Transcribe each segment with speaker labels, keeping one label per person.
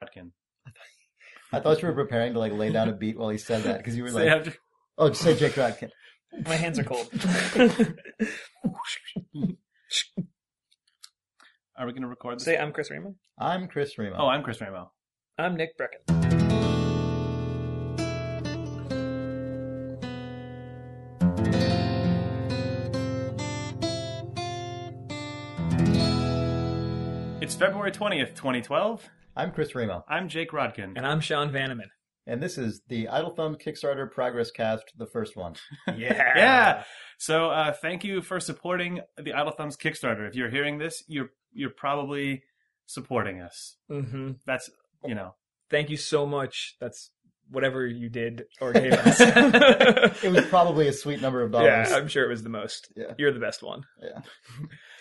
Speaker 1: Falcon.
Speaker 2: I thought you were preparing to like lay down a beat while he said that because you were
Speaker 1: Say
Speaker 2: like,
Speaker 1: after-
Speaker 2: "Oh, just say Jake Rodkin."
Speaker 3: My hands are cold.
Speaker 1: Are we going to record this?
Speaker 3: Say, I'm Chris Remo.
Speaker 2: I'm Chris Remo.
Speaker 1: oh, I'm Chris Ramo.
Speaker 3: I'm Nick Brecken.
Speaker 1: It's February 20th, 2012.
Speaker 2: I'm Chris Remo,
Speaker 1: I'm Jake Rodkin.
Speaker 3: And I'm Sean Vanneman.
Speaker 2: and this is the Idle Thumb Kickstarter Progress Cast, the first one.
Speaker 3: Yeah.
Speaker 1: Yeah. So uh, thank you for supporting the Idle Thumbs Kickstarter. If you're hearing this, you're you're probably supporting us.
Speaker 3: hmm
Speaker 1: That's you know.
Speaker 3: Thank you so much. That's whatever you did or gave us. yeah,
Speaker 2: It was probably a sweet number of dollars.
Speaker 3: I'm sure it was the most.
Speaker 2: Yeah.
Speaker 3: You're the best one.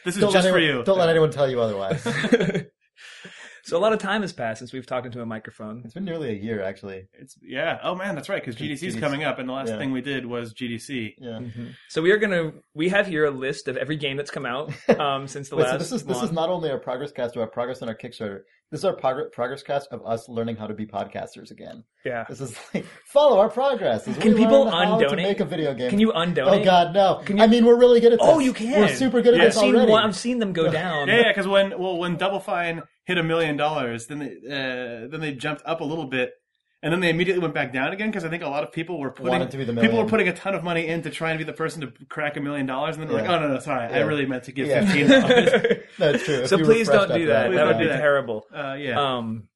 Speaker 1: This is
Speaker 2: Don't let
Speaker 1: just for
Speaker 2: anyone-
Speaker 1: you.
Speaker 2: Don't let anyone tell you otherwise.
Speaker 3: so a lot of time has passed since we've talked into a microphone.
Speaker 2: it's been nearly a year, actually.
Speaker 1: It's yeah. Oh man, that's right. Because GDC is
Speaker 2: GDC.
Speaker 1: coming up, and the last
Speaker 2: Yeah.
Speaker 1: thing we did was GDC.
Speaker 2: Yeah.
Speaker 3: Mhm. So we are gonna. We have here a list of every game that's come out um, since the
Speaker 2: But so
Speaker 3: last.
Speaker 2: this is this
Speaker 3: one.
Speaker 2: is not only our progress cast of our progress on our Kickstarter. This is our progress progress cast of us learning how to be podcasters again.
Speaker 3: Yeah.
Speaker 2: This is like follow our progress. as
Speaker 3: Can
Speaker 2: we
Speaker 3: people
Speaker 2: learn how to
Speaker 3: undonate?
Speaker 2: make a video game?
Speaker 3: Can you undonate?
Speaker 2: Oh God, no!
Speaker 3: Can
Speaker 2: I mean, we're really good at this.
Speaker 3: Oh, you can.
Speaker 2: We're super good at
Speaker 1: Yeah.
Speaker 2: this
Speaker 3: I've seen
Speaker 2: already.
Speaker 3: one, I've seen them go down.
Speaker 1: Yeah, yeah. Because when well, when Double Fine hit a million dollars, then they uh, then they jumped up a little bit, and then they immediately went back down again. Because I think a lot of people were putting
Speaker 2: Wanted to be the
Speaker 1: people
Speaker 2: million.
Speaker 1: were putting a ton of money in to try and be the person to crack a million dollars, and then they're
Speaker 2: Yeah.
Speaker 1: like, oh no, no, sorry, I
Speaker 2: Yeah.
Speaker 1: really meant to give
Speaker 2: Yeah.
Speaker 1: fifteen dollars.
Speaker 2: That's true. If
Speaker 3: so
Speaker 2: you
Speaker 3: please
Speaker 2: refreshed
Speaker 3: don't do
Speaker 2: after
Speaker 3: that.
Speaker 1: Please
Speaker 3: That would
Speaker 1: don't
Speaker 3: be
Speaker 1: do that.
Speaker 3: terrible.
Speaker 1: uh, yeah.
Speaker 3: Um,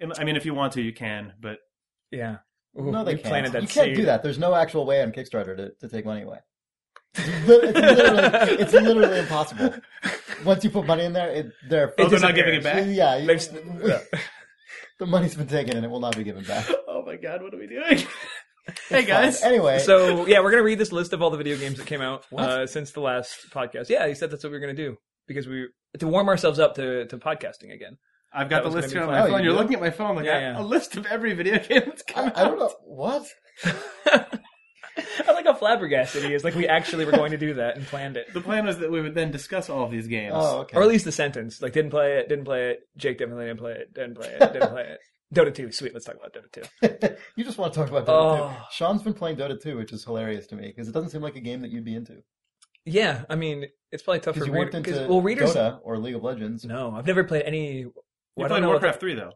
Speaker 1: And- I mean, if you want to, you can, but
Speaker 3: yeah. Ooh,
Speaker 2: No, they
Speaker 3: we
Speaker 2: can't.
Speaker 3: planted that
Speaker 2: you can't
Speaker 3: seed.
Speaker 2: do that. There's no actual way on Kickstarter to, to take money away. It's lit- it's literally, it's literally impossible. Once you put money in there, it, they're
Speaker 1: oh, they're not
Speaker 3: disappears.
Speaker 1: giving it back.
Speaker 2: yeah. you-
Speaker 3: They've-
Speaker 2: the money's been taken and it will not be given back.
Speaker 1: Oh my god, what are we doing? hey guys.
Speaker 2: Anyway,
Speaker 3: So yeah, we're gonna read this list of all the video games that came out
Speaker 2: What?
Speaker 3: uh, since the last podcast. Yeah, he said that's what we were gonna do because we to warm ourselves up to, to podcasting again.
Speaker 1: I've got
Speaker 3: That
Speaker 1: the
Speaker 3: was
Speaker 1: list here
Speaker 3: gonna
Speaker 1: on my
Speaker 3: be
Speaker 2: fun. Oh,
Speaker 1: phone.
Speaker 2: you
Speaker 1: You're
Speaker 2: do?
Speaker 1: looking at my phone like
Speaker 3: Yeah,
Speaker 1: I-
Speaker 3: yeah.
Speaker 1: a list of every video game that's come
Speaker 2: I,
Speaker 1: out.
Speaker 2: I don't know what.
Speaker 3: I like how flabbergasted he is. Like we actually were going to do that and planned it,
Speaker 1: The plan was that we would then discuss all of these games.
Speaker 2: Oh, okay.
Speaker 3: or at least the sentence. Like didn't play it, didn't play it. Jake definitely didn't play it, didn't play it, didn't play it. Dota two, sweet. Let's talk about Dota two.
Speaker 2: you just want to talk about Dota
Speaker 3: Oh.
Speaker 2: 2. Sean's been playing Dota 2, which is hilarious to me because it doesn't seem like a game that you'd be into.
Speaker 3: Yeah, I mean it's probably tough for
Speaker 2: Because you weren't
Speaker 3: readers.
Speaker 2: into
Speaker 3: Well, readers.
Speaker 2: Dota or League of Legends.
Speaker 3: No, I've never played any.
Speaker 1: You
Speaker 3: I don't
Speaker 1: played
Speaker 3: know what the-
Speaker 1: Warcraft 3 though.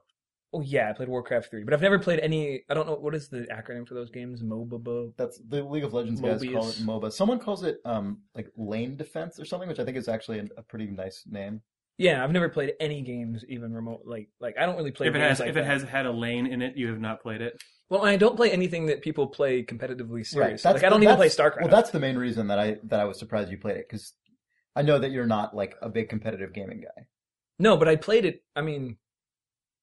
Speaker 3: Oh yeah, I played Warcraft three, but I've never played any. I don't know what is the acronym for those games. MOBA.
Speaker 2: That's the League of Legends guys call it
Speaker 3: Mobius.
Speaker 2: MOBA. Someone calls it um like lane defense or something, which I think is actually a, a pretty nice name.
Speaker 3: Yeah, I've never played any games even remote. Like like I don't really play.
Speaker 1: If it
Speaker 3: games
Speaker 1: has
Speaker 3: like
Speaker 1: if it
Speaker 3: that.
Speaker 1: has had a lane in it, you have not played it.
Speaker 3: well, I don't play anything that people play competitively serious.
Speaker 2: that's
Speaker 3: Like I don't
Speaker 2: the-
Speaker 3: even play
Speaker 2: that's-
Speaker 3: StarCraft.
Speaker 2: Well, that's the main reason that I that I was surprised you played it because I know that you're not like a big competitive gaming guy.
Speaker 3: no, but I played it. I mean,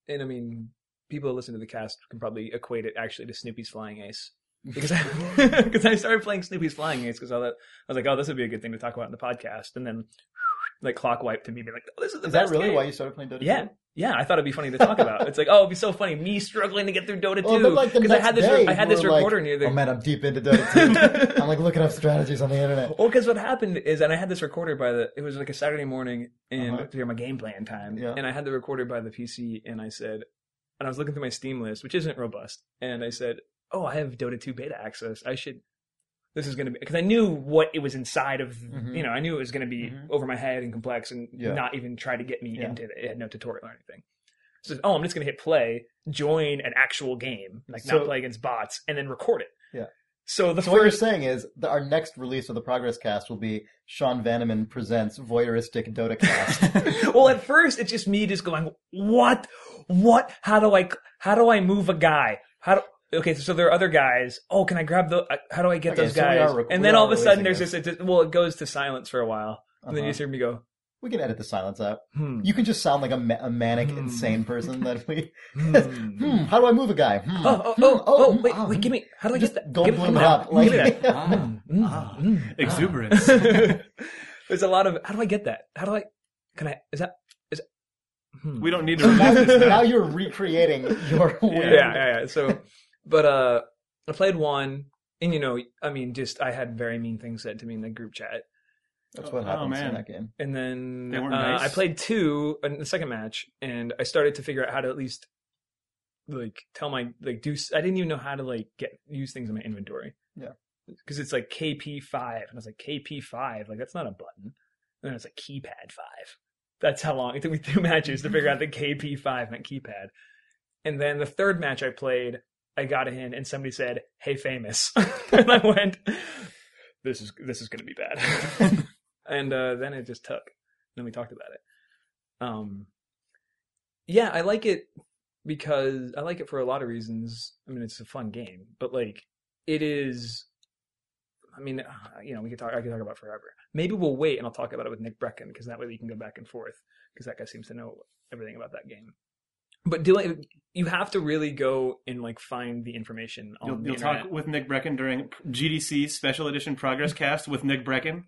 Speaker 3: and I mean, people who listen to the cast can probably equate it actually to Snoopy's Flying Ace because I, because I started playing Snoopy's Flying Ace because I thought I was like, oh, this would be a good thing to talk about in the podcast, and then like clock wiped to me being like, oh, this is the
Speaker 2: Is that
Speaker 3: best
Speaker 2: really
Speaker 3: game.
Speaker 2: why you started playing Dota? 2?
Speaker 3: Yeah, yeah. I thought it'd be funny to talk about. it's like, oh, it'd be so funny. Me struggling to get through Dota
Speaker 2: Well,
Speaker 3: two
Speaker 2: then, like, the
Speaker 3: I
Speaker 2: next
Speaker 3: had this
Speaker 2: day,
Speaker 3: I had
Speaker 2: you
Speaker 3: this
Speaker 2: were like,
Speaker 3: recorder near the.
Speaker 2: Oh man, I'm deep into Dota 2. I'm like looking up strategies on the internet.
Speaker 3: well, because what happened is, and I had this recorder by the. It was like a Saturday morning, and
Speaker 2: Uh-huh.
Speaker 3: during my game plan time,
Speaker 2: Yeah.
Speaker 3: and I had the recorder by the PC, and I said, and I was looking through my Steam list, which isn't robust, and I said, oh, I have Dota two beta access. I should. This is going to be because I knew what it was inside of.
Speaker 2: Mhm.
Speaker 3: You know, I knew it was going to be
Speaker 1: Mhm.
Speaker 3: over my head and complex, and
Speaker 2: Mm-hmm. Yeah.
Speaker 3: not even try to get me
Speaker 2: Yeah.
Speaker 3: into it. It had no tutorial or anything. So, oh, I'm just going to hit play, join an actual game, like
Speaker 2: So-
Speaker 3: not play against bots, and then record it.
Speaker 2: Yeah.
Speaker 3: So the
Speaker 2: So what you're
Speaker 3: first,
Speaker 2: saying is that our next release of the Progress Cast will be Sean Vanneman presents voyeuristic Dota Cast. Uh-huh.
Speaker 3: well, at first it's just me just going, what, what? How do I, how do I move a guy? How do? Okay, so there are other guys. Oh, can I grab the? uh, How do I get
Speaker 2: Okay,
Speaker 3: those
Speaker 2: so we
Speaker 3: guys?
Speaker 2: are rec-
Speaker 3: and
Speaker 2: we
Speaker 3: then
Speaker 2: are
Speaker 3: all of a
Speaker 2: releasing
Speaker 3: sudden, there's just, it just well, it goes to silence for a while, and then you
Speaker 2: Uh-huh.
Speaker 3: just hear me go,
Speaker 2: we can edit the silence out.
Speaker 3: hmm,
Speaker 2: You can just sound like a, ma- a manic,
Speaker 3: Hmm.
Speaker 2: insane person that we.
Speaker 3: hmm.
Speaker 2: Hmm, how do I move a guy? Hmm,
Speaker 3: Oh, oh,
Speaker 2: hmm,
Speaker 3: oh, oh,
Speaker 2: hmm,
Speaker 3: wait,
Speaker 2: ah,
Speaker 3: wait,
Speaker 2: hmm.
Speaker 3: give me, how do I
Speaker 2: Just
Speaker 3: get that?
Speaker 2: go
Speaker 3: give,
Speaker 2: blow
Speaker 3: give
Speaker 2: it
Speaker 3: me
Speaker 2: up,
Speaker 3: that. Give me
Speaker 2: like-
Speaker 3: that.
Speaker 1: Ah.
Speaker 3: Mm, mm,
Speaker 1: Ah.
Speaker 3: mm.
Speaker 1: Exuberance.
Speaker 3: There's a lot of, how do I get that? How do I, can I, is that, is hmm.
Speaker 1: we don't need to
Speaker 2: So now,
Speaker 1: release this now.
Speaker 2: now you're recreating your weird.
Speaker 3: yeah, yeah, yeah. So, but uh, I played one, and you know, I mean, just I had very mean things said to me in the group chat,
Speaker 2: That's what
Speaker 1: Oh,
Speaker 2: happens
Speaker 1: man.
Speaker 2: in that game.
Speaker 3: and then
Speaker 1: They
Speaker 3: uh,
Speaker 1: weren't nice?
Speaker 3: I played two in the second match, and I started to figure out how to at least like tell my like do I didn't even know how to like get use things in my inventory.
Speaker 2: Yeah.
Speaker 3: Because it's like KP five, and I was like KP five, like that's not a button. And then it's like keypad five. That's how long it took me two matches to figure out that KP five meant keypad. And then the third match I played, I got in, and somebody said, "Hey, famous," and I went, "This is this is going to be bad." and uh, then it just took. Then we talked about it. Um, yeah, I like it because I like it for a lot of reasons. I mean, it's a fun game, but like it is. I mean, uh, you know, we could talk. I could talk about it forever. Maybe we'll wait and I'll talk about it with Nick Brecken because that way we can go back and forth because that guy seems to know everything about that game. But doing you have to really go and like find the information on
Speaker 1: You'll,
Speaker 3: the
Speaker 1: you'll
Speaker 3: internet.
Speaker 1: talk with Nick Brecken during GDC Special Edition Progress Cast with Nick Brecken.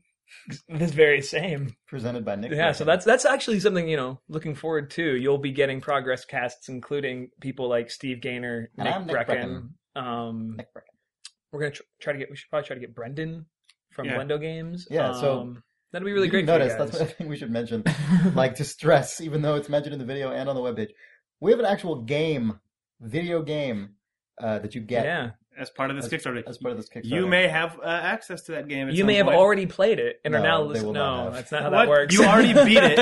Speaker 3: this very same.
Speaker 2: presented by Nick.
Speaker 3: yeah so
Speaker 2: Griffin.
Speaker 3: that's that's actually something you know looking forward to you'll be getting progress casts including people like steve gaynor
Speaker 2: And
Speaker 3: nick,
Speaker 2: I'm Nick
Speaker 3: brecken, um
Speaker 2: Nick Griffin.
Speaker 3: we're gonna tr- try to get we should probably try to get brendan from
Speaker 1: Yeah.
Speaker 3: blendo games
Speaker 2: Yeah, so-
Speaker 3: Um, that'd be really
Speaker 2: You
Speaker 3: great for you
Speaker 2: Notice that's
Speaker 3: guys.
Speaker 2: the thing we should mention. like to stress, even though it's mentioned in the video and on the webpage, we have an actual game, video game, uh, that you get
Speaker 3: yeah
Speaker 1: as part of this
Speaker 2: As-
Speaker 1: Kickstarter.
Speaker 2: as part of this Kickstarter.
Speaker 1: You may have uh, access to that game. At
Speaker 3: you
Speaker 1: some
Speaker 3: may have
Speaker 1: point.
Speaker 3: already played it and are
Speaker 2: No,
Speaker 3: now
Speaker 2: they
Speaker 3: listening
Speaker 2: will not
Speaker 3: no
Speaker 2: have.
Speaker 3: that's not how that
Speaker 1: What?
Speaker 3: works
Speaker 1: You already beat
Speaker 3: it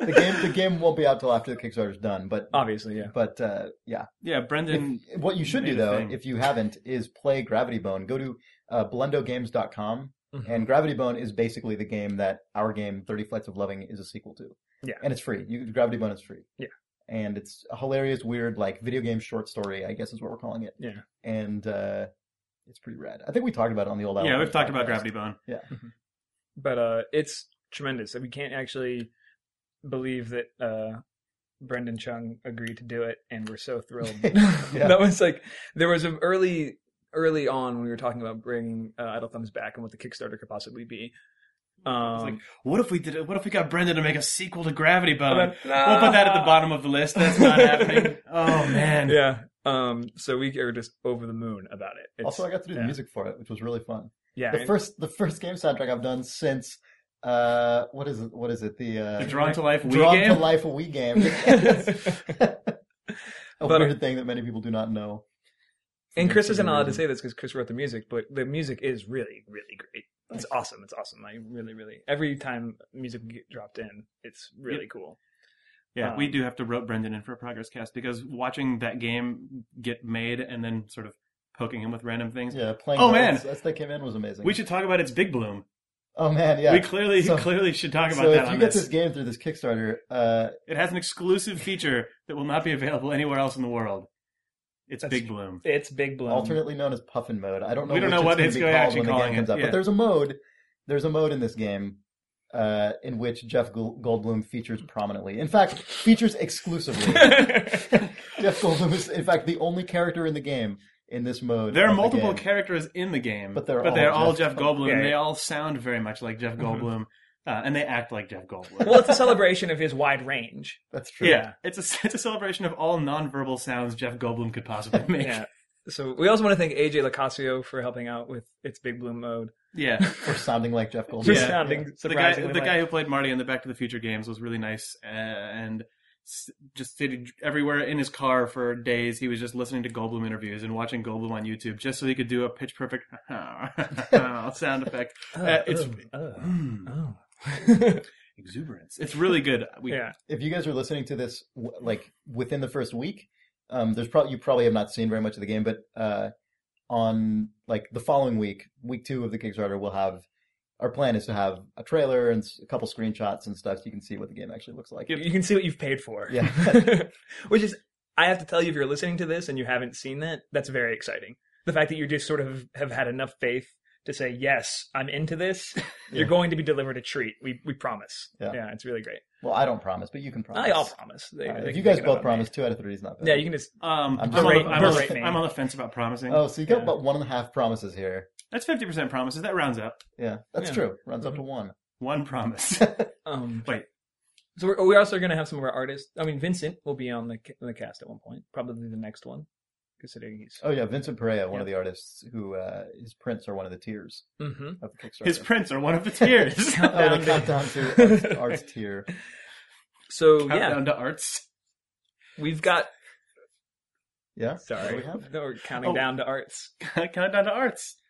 Speaker 2: the game. The game won't be out till after the Kickstarter's done, but.
Speaker 3: obviously yeah
Speaker 2: but uh, yeah,
Speaker 1: Yeah, Brendan.
Speaker 2: If- what you should do
Speaker 1: made a
Speaker 2: though,
Speaker 1: thing.
Speaker 2: if you haven't, is play Gravity Bone. Go to uh, blendogames.com,
Speaker 3: Mhm.
Speaker 2: and Gravity Bone is basically the game that our game, Thirty Flights of Loving, is a sequel to.
Speaker 3: Yeah.
Speaker 2: and it's free. You, Gravity Bone is free.
Speaker 3: Yeah.
Speaker 2: and it's a hilarious, weird, like video game short story. I guess is what we're calling it.
Speaker 3: Yeah.
Speaker 2: and uh, it's pretty rad. I think we talked about it on the old.
Speaker 1: yeah,
Speaker 2: Outlaws
Speaker 1: we've talked about Gravity
Speaker 2: podcast.
Speaker 1: Bone.
Speaker 3: but uh, it's tremendous. We can't actually believe that uh, Brendan Chung agreed to do it, and we're so thrilled.
Speaker 2: Yeah.
Speaker 3: That was like there was an early, early on when we were talking about bringing uh, Idle Thumbs back and what the Kickstarter could possibly be. Um,
Speaker 1: It's like, what if we did? it? What if we got Brendan to make a sequel to Gravity
Speaker 3: and
Speaker 1: Bone?
Speaker 3: then,
Speaker 1: We'll put that at
Speaker 2: uh,
Speaker 1: the
Speaker 3: "Nah."
Speaker 1: bottom of the list. That's not happening. Oh man.
Speaker 3: Yeah. Um. So we are just over the moon about it. It's,
Speaker 2: Also, I got to do the
Speaker 3: yeah.
Speaker 2: music for it, which was really fun.
Speaker 3: yeah.
Speaker 2: The first, the first game soundtrack I've done since. Uh, what is it? What is it? The uh,
Speaker 1: The Drawn to Life Wii
Speaker 2: Drawn
Speaker 1: game.
Speaker 2: to Life a Wii game. a
Speaker 1: uh,
Speaker 3: But-
Speaker 2: weird thing that many people do not know.
Speaker 3: and Chris isn't allowed to
Speaker 2: reason.
Speaker 3: say this because Chris wrote the music, but the music is really, really great. It's awesome. It's awesome. I really, really every time music get dropped in, it's really cool.
Speaker 1: Yeah, we
Speaker 3: Um,
Speaker 1: do have to rope Brendan in for a progress cast because watching that game get made and then sort of poking him with random things.
Speaker 2: Yeah, playing.
Speaker 1: Oh,
Speaker 2: those as they came in was amazing.
Speaker 1: We should talk about its Big Bloom.
Speaker 2: Oh man, yeah.
Speaker 1: We clearly
Speaker 2: So-
Speaker 1: clearly should talk about
Speaker 2: so
Speaker 1: that
Speaker 2: if you
Speaker 1: on
Speaker 2: get
Speaker 1: this.
Speaker 2: this game through this Kickstarter, uh,
Speaker 1: It has an exclusive feature that will not be available anywhere else in the world. It's
Speaker 3: That's-
Speaker 1: Big Bloom.
Speaker 3: It's Big Bloom.
Speaker 2: alternately known as Puffin mode. I don't
Speaker 1: Um,
Speaker 2: know.
Speaker 1: we don't
Speaker 2: which
Speaker 1: know what it's
Speaker 2: gonna
Speaker 1: gonna
Speaker 2: be called
Speaker 1: actually
Speaker 2: when the
Speaker 1: calling
Speaker 2: game comes
Speaker 1: it,
Speaker 2: out,
Speaker 1: yeah.
Speaker 2: but there's a mode. There's a mode in this game uh, in which Jeff Gold- Goldblum features prominently. In fact, features exclusively. Jeff Goldblum is, in fact, the only character in the game in this mode.
Speaker 1: There
Speaker 2: of
Speaker 1: are
Speaker 2: the
Speaker 1: multiple
Speaker 2: game.
Speaker 1: characters in the game,
Speaker 2: But they're all
Speaker 1: all
Speaker 2: Jeff- Mm-hmm.
Speaker 1: Jeff Goldblum.
Speaker 3: Yeah,
Speaker 1: and They
Speaker 3: yeah.
Speaker 1: all sound very much like Jeff
Speaker 3: Mhm.
Speaker 1: Goldblum, uh, and they act like Jeff Goldblum.
Speaker 3: well, it's a celebration of his wide range.
Speaker 2: That's true.
Speaker 1: yeah, it's a it's a celebration of all nonverbal sounds Jeff Goldblum could possibly make.
Speaker 3: Yeah. So we also want to thank AJ Lacasio for helping out with its Big Bloom mode.
Speaker 1: Yeah.
Speaker 2: Or sounding like Jeff Goldblum.
Speaker 3: Just
Speaker 1: Yeah.
Speaker 3: sounding
Speaker 1: So the guy,
Speaker 3: surprisingly
Speaker 1: the
Speaker 3: like-
Speaker 1: guy who played Marty in the Back to the Future games was really nice uh, and s- just stayed everywhere in his car for days. He was just listening to Goldblum interviews and watching Goldblum on YouTube just so he could do a pitch perfect sound effect. uh, it's-
Speaker 3: oh,
Speaker 1: Mm,
Speaker 3: oh, oh.
Speaker 1: exuberance. It's really good. We,
Speaker 3: yeah.
Speaker 2: if you guys are listening to this w- like within the first week, um, there's probably you probably have not seen very much of the game, but uh, on like the following week, week two of the Kickstarter, we'll have our plan is to have a trailer and s- a couple screenshots and stuff so you can see what the game actually looks like.
Speaker 1: Yep.
Speaker 3: You can see what you've paid for.
Speaker 2: Yeah.
Speaker 3: Which is, I have to tell you, if you're listening to this and you haven't seen that, that's very exciting. The fact that you just sort of have had enough faith to say, yes, I'm into this. You're
Speaker 2: Yeah.
Speaker 3: going to be delivered a treat. We we promise.
Speaker 2: Yeah.
Speaker 3: it's really great.
Speaker 2: Well, I don't promise, but you can promise.
Speaker 3: I, I'll promise. They-
Speaker 2: All right,
Speaker 3: they
Speaker 2: if
Speaker 3: can
Speaker 2: you
Speaker 3: pick
Speaker 2: guys
Speaker 3: it up
Speaker 2: both
Speaker 3: on
Speaker 2: promise,
Speaker 3: me.
Speaker 2: two out of three is not bad.
Speaker 3: Yeah, you can just.
Speaker 1: Um,
Speaker 2: I'm
Speaker 1: I'm,
Speaker 2: just
Speaker 1: on the,
Speaker 3: rating-
Speaker 1: I'm, on
Speaker 3: rating me.
Speaker 1: the, I'm on the fence about promising.
Speaker 2: Oh, so you got
Speaker 3: Yeah.
Speaker 2: about one and a half promises here.
Speaker 1: That's 50% promises. That rounds up.
Speaker 2: Yeah, that's
Speaker 3: Yeah.
Speaker 2: true. Runs
Speaker 1: Mm-hmm.
Speaker 2: up to one.
Speaker 1: One promise.
Speaker 3: Um,
Speaker 1: Wait.
Speaker 3: So we're, we're also going to have some of our artists. I mean, Vincent will be on the ca- the cast at one point, probably the next one, considering he's.
Speaker 2: Oh yeah, Vincent Perea, one
Speaker 3: Yeah.
Speaker 2: of the artists who uh, his prints are one of the tiers
Speaker 3: hmm
Speaker 2: of the Kickstarter.
Speaker 1: His prints are one of the tears.
Speaker 2: oh,
Speaker 1: countdown,
Speaker 2: the
Speaker 1: to,
Speaker 2: countdown to arts, arts tier.
Speaker 3: So yeah,
Speaker 1: countdown to arts.
Speaker 3: we've got
Speaker 2: Yeah.
Speaker 3: Sorry,
Speaker 2: What do we have?
Speaker 3: No, we're counting
Speaker 1: Oh.
Speaker 3: down to arts.
Speaker 1: Count down to arts.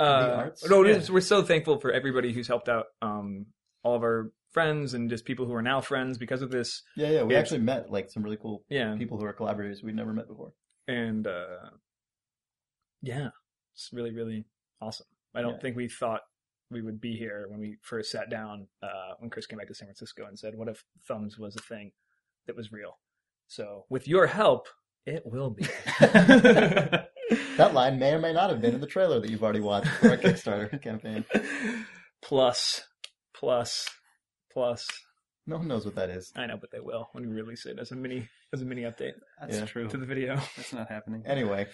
Speaker 3: Uh,
Speaker 2: arts?
Speaker 3: No, it
Speaker 1: Yeah.
Speaker 3: is- we're so thankful for everybody who's helped out. Um, all of our friends and just people who are now friends because of this.
Speaker 2: Yeah, yeah. We
Speaker 3: Yeah.
Speaker 2: actually met like some really cool
Speaker 3: Yeah,
Speaker 2: people who are collaborators we'd never met before.
Speaker 3: and uh, yeah, it's really really awesome. I don't
Speaker 2: Yeah.
Speaker 3: think we thought we would be here when we first sat down uh, when Chris came back to San Francisco and said, "What if thumbs was a thing that was real?" So with your help, it will be.
Speaker 2: That line may or may not have been in the trailer that you've already watched for our Kickstarter campaign.
Speaker 3: plus, plus, plus.
Speaker 2: No one knows what that is.
Speaker 3: I know, but they will when we release it as a mini as a mini update
Speaker 1: That's
Speaker 2: Yeah.
Speaker 1: true.
Speaker 3: to the video.
Speaker 1: That's not happening.
Speaker 2: Anyway,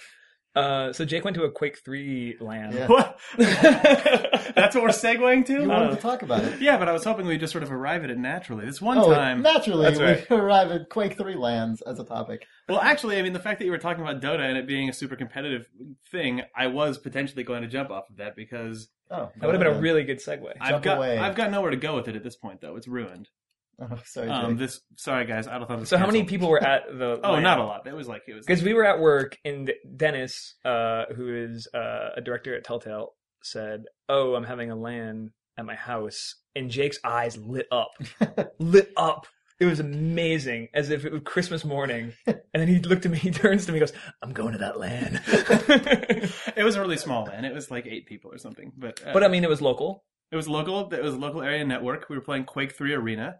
Speaker 3: Uh, so Jake went to a Quake Three land.
Speaker 2: Yeah.
Speaker 1: What? That's what we're segueing to.
Speaker 2: you
Speaker 3: Uh,
Speaker 2: wanted to talk about it.
Speaker 1: yeah, but I was hoping we just sort of arrive at it naturally. This one
Speaker 2: Oh,
Speaker 1: time.
Speaker 2: naturally,
Speaker 3: That's
Speaker 2: we
Speaker 3: right.
Speaker 2: arrive at Quake 3 lands as a topic.
Speaker 1: Well, actually, I mean, the fact that you were talking about Dota and it being a super competitive thing, I was potentially going to jump off of that because
Speaker 2: Oh,
Speaker 3: That would have been a really good segue.
Speaker 1: I've
Speaker 2: Jump
Speaker 1: got
Speaker 2: away.
Speaker 1: I've got nowhere to go with it at this point, though. It's ruined.
Speaker 2: Oh, sorry,
Speaker 1: Um,
Speaker 2: Jake.
Speaker 1: this sorry guys, I don't thought.
Speaker 3: So how many people were at the?
Speaker 1: Oh, not a lot. It was like it was.
Speaker 3: Because we were at work, and Dennis, uh, who is uh, a director at Telltale, said, "Oh, I'm having a LAN at my house," and Jake's eyes lit up, lit up. It was amazing, as if it was Christmas morning. And then he looked at me, he turns to me, and goes, "I'm going to that LAN."
Speaker 1: It was a really small LAN. It was like eight people or something. But uh,
Speaker 3: but I mean, it was local.
Speaker 1: it was local. It was a local area network. We were playing Quake Three Arena.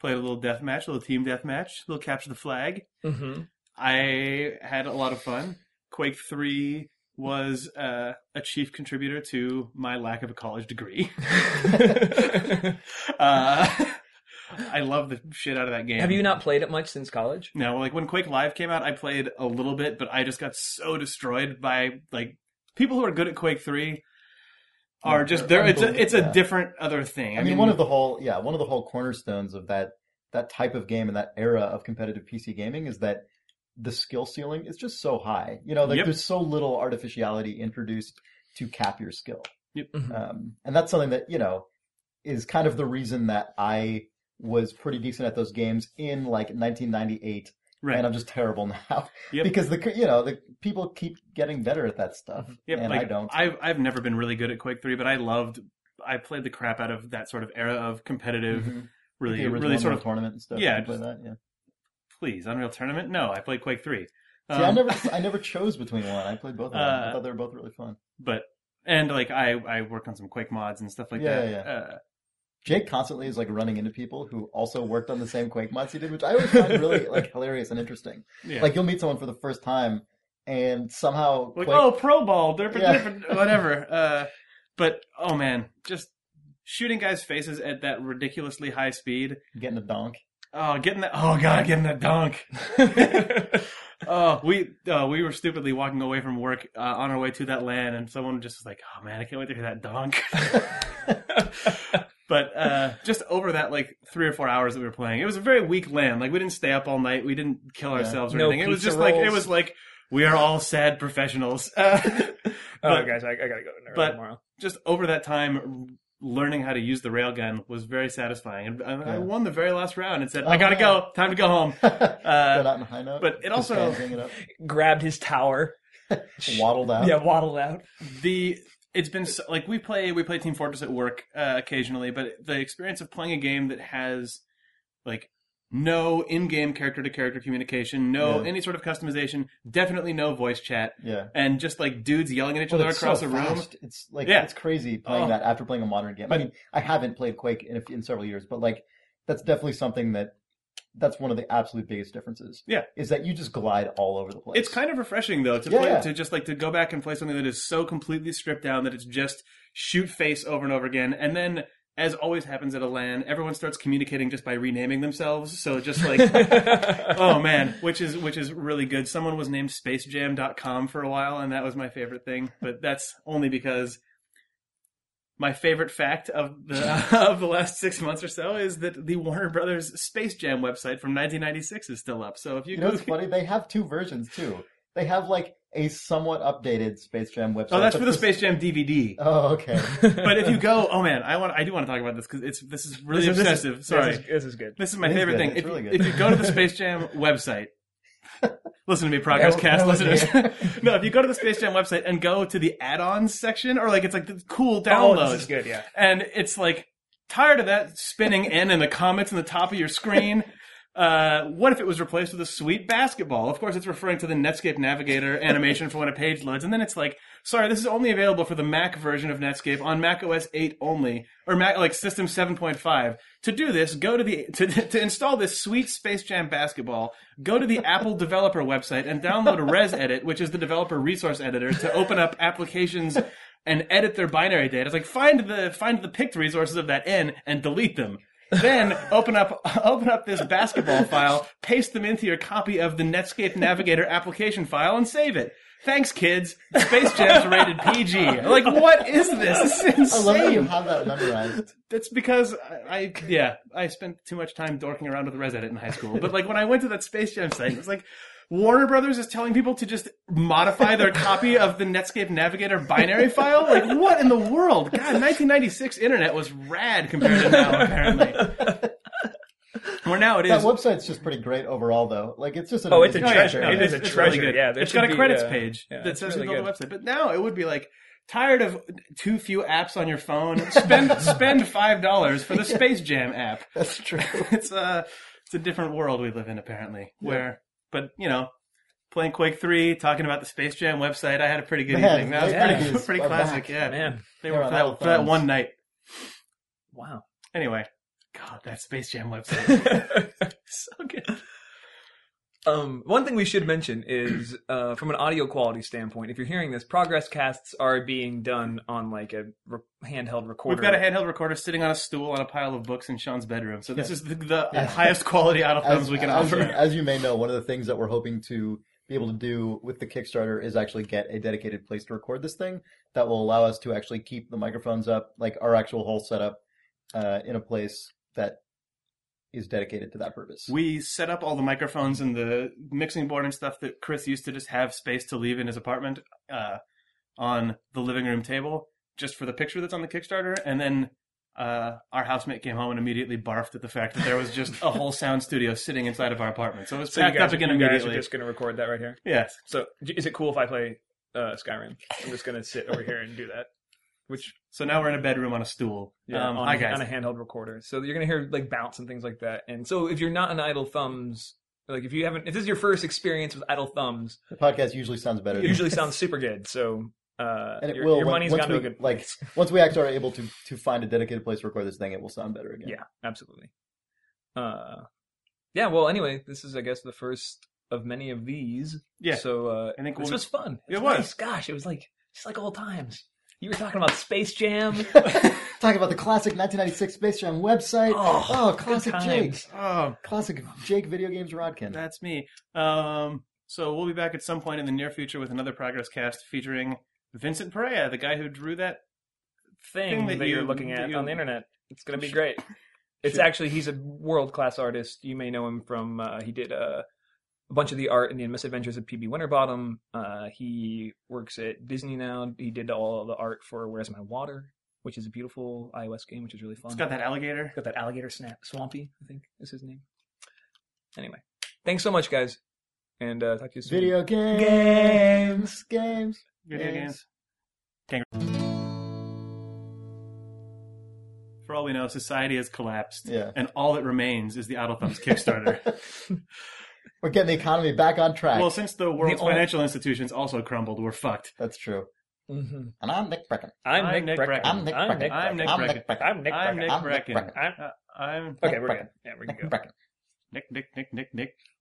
Speaker 1: Played a little death match, a little team death match, a little capture the flag.
Speaker 3: Mm-hmm.
Speaker 1: I had a lot of fun. Quake 3 was uh, a chief contributor to my lack of a college degree. uh, I love the shit out of that game.
Speaker 3: Have you not played it much since college?
Speaker 1: No, like when Quake Live came out, I played a little bit, but I just got so destroyed by like people who are good at Quake 3 are
Speaker 2: Yeah,
Speaker 1: just
Speaker 2: they're
Speaker 1: there. It's a,
Speaker 2: unbelievable,
Speaker 1: it's a
Speaker 2: yeah.
Speaker 1: different other thing.
Speaker 2: I mean, one of the whole yeah, one of the whole cornerstones of that that type of game and that era of competitive PC gaming is that the skill ceiling is just so high. You know, like
Speaker 1: Yep.
Speaker 2: there's so little artificiality introduced to cap your skill,
Speaker 3: Mhm.
Speaker 2: um, and that's something that you know is kind of the reason that I was pretty decent at those games in like 1998,
Speaker 1: right.
Speaker 2: and I'm just terrible now
Speaker 1: Yep.
Speaker 2: because the you know the people keep getting better at that stuff,
Speaker 1: Yep,
Speaker 2: and
Speaker 1: like,
Speaker 2: I don't.
Speaker 1: I've I've never been really good at Quake Three, but I loved. I played the crap out of that sort of era of competitive,
Speaker 2: Mhm.
Speaker 1: really,
Speaker 2: The original
Speaker 1: really sort of.
Speaker 2: tournament and stuff.
Speaker 1: yeah,
Speaker 2: you play
Speaker 1: just-
Speaker 2: that, yeah.
Speaker 1: Please, Unreal Tournament? No, I played Quake Three. Um,
Speaker 2: See, I never, I never chose between one. I played both of them. I
Speaker 1: Uh,
Speaker 2: thought they were both really fun.
Speaker 1: but and like I I worked on some Quake mods and stuff like
Speaker 2: Yeah,
Speaker 1: that.
Speaker 2: yeah,
Speaker 1: Uh,
Speaker 2: Jake constantly is like running into people who also worked on the same Quake mods he did, which I always find really like hilarious and interesting.
Speaker 1: yeah.
Speaker 2: Like you'll meet someone for the first time, and somehow
Speaker 1: Like,
Speaker 2: Quake,
Speaker 1: oh Pro Ball, derp,
Speaker 2: Yeah.
Speaker 1: derp, whatever. Uh, but oh man, just shooting guys' faces at that ridiculously high speed.
Speaker 2: getting a donk.
Speaker 1: Oh, getting that! Oh god, getting that dunk. oh, we uh, we were stupidly walking away from work uh, on our way to that land, and someone just was like, "Oh man, I can't wait to hear that dunk." but uh, just over that like three or four hours that we were playing, it was a very weak land. Like we didn't stay up all night, we didn't kill
Speaker 2: Yeah.
Speaker 1: ourselves or
Speaker 3: No
Speaker 1: anything. It was
Speaker 3: pizza
Speaker 1: just like it
Speaker 3: rolls.
Speaker 1: was like we are all sad professionals. Uh,
Speaker 3: oh,
Speaker 1: But-
Speaker 3: guys, I, I gotta go to Nerd
Speaker 1: but-
Speaker 3: tomorrow.
Speaker 1: just over that time learning how to use the railgun was very satisfying and I, I
Speaker 2: Yeah.
Speaker 1: won the very last round and said
Speaker 2: Oh,
Speaker 1: i gotta
Speaker 2: yeah.
Speaker 1: go time to go home
Speaker 2: Got
Speaker 1: uh,
Speaker 2: out in a high note,
Speaker 1: but it
Speaker 2: just
Speaker 1: also-
Speaker 2: hands hanging up,
Speaker 3: Grabbed his tower.
Speaker 2: waddled out.
Speaker 3: Yeah, waddled out.
Speaker 1: the it's been so, like we play we play team fortress at work uh, occasionally but the experience of playing a game that has like no in-game character to character communication no
Speaker 2: Yeah.
Speaker 1: any sort of customization definitely no voice chat
Speaker 2: yeah.
Speaker 1: and just like dudes yelling at each
Speaker 2: But
Speaker 1: other
Speaker 2: it's
Speaker 1: across
Speaker 2: so
Speaker 1: the room
Speaker 2: fast. It's like
Speaker 1: Yeah.
Speaker 2: it's crazy playing
Speaker 1: Oh.
Speaker 2: that after playing a modern game. I mean, I haven't played Quake in, a f in several years, but like that's definitely something that that's one of the absolute biggest differences.
Speaker 1: Yeah.
Speaker 2: is that you just glide all over the place.
Speaker 1: It's kind of refreshing though to
Speaker 2: Yeah,
Speaker 1: play,
Speaker 2: yeah.
Speaker 1: to just like to go back and play something that is so completely stripped down that it's just shoot face over and over again, and then as always happens at a LAN, everyone starts communicating just by renaming themselves. So just like. Oh man, which is which is really good. Someone was named spacejam.com for a while and that was my favorite thing, but that's only because my favorite fact of the of the last 6 months or so is that the Warner Brothers Space Jam website from 1996 is still up. So if you,
Speaker 2: You know
Speaker 1: go
Speaker 2: what's funny? They have two versions too. They have like a somewhat updated Space Jam website.
Speaker 1: Oh, that's
Speaker 2: but
Speaker 1: for the
Speaker 2: this-
Speaker 1: Space Jam DVD.
Speaker 2: Oh, okay.
Speaker 1: but if you go, oh man, I want, I do want to talk about this because it's this is really
Speaker 3: This is-
Speaker 1: obsessive. Sorry,
Speaker 3: This is, this is good.
Speaker 1: this is my
Speaker 2: It is
Speaker 1: favorite
Speaker 2: good.
Speaker 1: thing.
Speaker 2: It's
Speaker 1: If,
Speaker 2: really
Speaker 1: you-
Speaker 2: good.
Speaker 1: if you go to the Space Jam website, Listen to me, Progress
Speaker 2: That-
Speaker 1: Cast
Speaker 2: that was
Speaker 1: listeners.
Speaker 2: me.
Speaker 1: no, if you go to the Space Jam website and go to the add-ons section, or like it's like the cool
Speaker 3: Oh,
Speaker 1: downloads,
Speaker 3: this is good. Yeah.
Speaker 1: and it's like tired of that spinning N in the comments in the top of your screen. Uh, what if it was replaced with a sweet basketball? Of course, it's referring to the Netscape Navigator animation for when a page loads, and then it's like, sorry, this is only available for the Mac version of Netscape on Mac OS 8 only, or Mac like System 7.5. To do this, go to the to, to install this sweet Space Jam basketball. Go to the Apple developer website and download ResEdit, which is the developer resource editor, to open up applications and edit their binary data. It's like find the find the picked resources of that n and delete them. Then open up open up this basketball file, paste them into your copy of the Netscape Navigator application file, and save it. Thanks, kids. Space Jam's rated PG. Like, what is this? This is
Speaker 2: I love that you
Speaker 1: insane.
Speaker 2: have that memorized.
Speaker 1: That's because I, I yeah I spent too much time dorking around with ResEdit in high school. But like when I went to that Space Jam site, it was like Warner Brothers is telling people to just modify their copy of the Netscape Navigator binary file. Like what in the world? God, 1996 internet was rad compared to now. Apparently, where now it
Speaker 2: That
Speaker 1: is.
Speaker 2: website's just pretty great overall, though. Like it's just an
Speaker 3: Oh, it's a
Speaker 1: Oh,
Speaker 2: amazing
Speaker 1: yeah,
Speaker 3: treasure.
Speaker 1: no,
Speaker 3: It
Speaker 1: it's-
Speaker 3: is a
Speaker 1: it's
Speaker 3: treasure,
Speaker 1: really good.
Speaker 3: yeah, there
Speaker 1: it's got
Speaker 3: should
Speaker 1: a
Speaker 3: be,
Speaker 1: credits
Speaker 3: uh,
Speaker 1: page
Speaker 3: yeah,
Speaker 1: that
Speaker 3: it's
Speaker 1: says
Speaker 3: really
Speaker 1: build a website. But now it would be like tired of too few apps on your phone. Spend spend five dollars for the Space Jam app.
Speaker 2: That's true.
Speaker 1: it's a it's a different world we live in apparently. Where, but you know, playing Quake Three, talking about the Space Jam website, I had a pretty good
Speaker 2: Man,
Speaker 1: evening. That was
Speaker 3: yeah.
Speaker 1: pretty
Speaker 2: Ladies
Speaker 1: pretty
Speaker 2: are
Speaker 1: classic.
Speaker 2: back.
Speaker 1: Yeah,
Speaker 3: Man,
Speaker 1: they
Speaker 2: They're
Speaker 1: were
Speaker 2: on
Speaker 1: for
Speaker 2: all
Speaker 1: that, for that
Speaker 2: phones.
Speaker 1: one night.
Speaker 3: wow.
Speaker 1: Anyway, God, that Space Jam website.
Speaker 3: so good. Um, one thing we should mention is, uh, from an audio quality standpoint, if you're hearing this, progress casts are being done on like a re- handheld recorder.
Speaker 1: We've got a handheld recorder sitting on a stool on a pile of books in Sean's bedroom. So this
Speaker 2: Yeah.
Speaker 1: is the, the
Speaker 2: Yeah.
Speaker 1: highest quality out of thumbs we can
Speaker 2: as
Speaker 1: offer.
Speaker 2: You, as you may know, one of the things that we're hoping to be able to do with the Kickstarter is actually get a dedicated place to record this thing that will allow us to actually keep the microphones up, like our actual whole setup, uh, in a place that is dedicated to that purpose.
Speaker 1: We set up all the microphones and the mixing board and stuff that Chris used to just have space to leave in his apartment uh, on the living room table just for the picture that's on the Kickstarter. And then uh, our housemate came home and immediately barfed at the fact that there was just a whole sound studio sitting inside of our apartment. So it was
Speaker 3: So you
Speaker 1: packed
Speaker 3: guys,
Speaker 1: up again
Speaker 3: you guys
Speaker 1: immediately.
Speaker 3: are just going to record that right here.
Speaker 1: Yes.
Speaker 3: So, j- is it cool if I play uh, Skyrim? I'm just going to sit over here and do that. Which
Speaker 1: So now we're in a bedroom on a stool.
Speaker 3: yeah,
Speaker 1: um,
Speaker 3: on,
Speaker 1: hi,
Speaker 3: a-
Speaker 1: guys.
Speaker 3: on a handheld recorder. So you're gonna hear like bounce and things like that. And so if you're not an idle thumbs, like if you haven't, if this is your first experience with idle thumbs,
Speaker 2: the podcast usually sounds better.
Speaker 3: it
Speaker 2: than-
Speaker 3: usually sounds super good. So uh,
Speaker 2: and it
Speaker 3: your,
Speaker 2: will
Speaker 3: your
Speaker 2: when-
Speaker 3: money's
Speaker 2: once
Speaker 3: gone to
Speaker 2: we,
Speaker 3: a good
Speaker 2: like
Speaker 3: place.
Speaker 2: once we actually are able to to find a dedicated place to record this thing, it will sound better again.
Speaker 3: Yeah, absolutely. Uh, yeah. Well, anyway, this is I guess the first of many of these.
Speaker 1: Yeah.
Speaker 3: So uh,
Speaker 1: I think
Speaker 3: this
Speaker 1: we'll-
Speaker 3: was fun.
Speaker 1: It
Speaker 3: nice.
Speaker 1: was.
Speaker 3: Gosh, it was like just like old times. You were talking about Space Jam.
Speaker 2: Talking about the classic 1996 Space Jam website.
Speaker 3: Oh, good
Speaker 2: classic
Speaker 3: times.
Speaker 2: Jake.
Speaker 1: Oh,
Speaker 2: Classic Jake video games Rodkin.
Speaker 1: That's me. Um, so we'll be back at some point in the near future with another Progress Cast featuring Vincent Perea, the guy who drew that.
Speaker 3: thing,
Speaker 1: thing
Speaker 3: that,
Speaker 1: that
Speaker 3: you're
Speaker 1: you-
Speaker 3: looking
Speaker 1: that
Speaker 3: at
Speaker 1: you-
Speaker 3: on the internet. It's gonna be great. It's actually he's a world class artist. You may know him from uh, he did uh, a bunch of the art in the Misadventures of PB Winterbottom. Uh, he works at Disney now. He did all the art for Where's My Water, which is a beautiful iOS game, which is really fun.
Speaker 1: It's got that alligator.
Speaker 3: Got that alligator snap swampy. I think is his name. Anyway, thanks so much, guys, and uh, talk to you soon.
Speaker 2: Video games.
Speaker 3: Games.
Speaker 2: Games.
Speaker 1: Video
Speaker 2: Yes.
Speaker 1: games. Kangaroo. For all we know, society has collapsed,
Speaker 2: Yeah.
Speaker 1: and all that remains is the Idle Thumbs Kickstarter.
Speaker 2: We're getting the economy back on track.
Speaker 1: well, since the world's
Speaker 3: only-
Speaker 1: financial institutions also crumbled, we're fucked.
Speaker 2: That's true.
Speaker 3: Mhm.
Speaker 2: And I'm Nick Brecken.
Speaker 3: I'm,
Speaker 1: I'm
Speaker 3: Nick
Speaker 1: Nick Brecken.
Speaker 3: Brecken.
Speaker 2: I'm Nick Brecken.
Speaker 1: I'm Nick
Speaker 2: I'm
Speaker 1: Brecken.
Speaker 2: Nick Brecken.
Speaker 3: I'm Nick.
Speaker 1: I'm Nick
Speaker 2: Brecken. I'm Nick
Speaker 1: Brecken.
Speaker 2: Brecken.
Speaker 1: I- I'm
Speaker 3: Okay, we're
Speaker 2: Brecken.
Speaker 3: good. Yeah, we can
Speaker 2: Nick
Speaker 3: go.
Speaker 2: Brecken.
Speaker 1: Nick, Nick, Nick, Nick, Nick.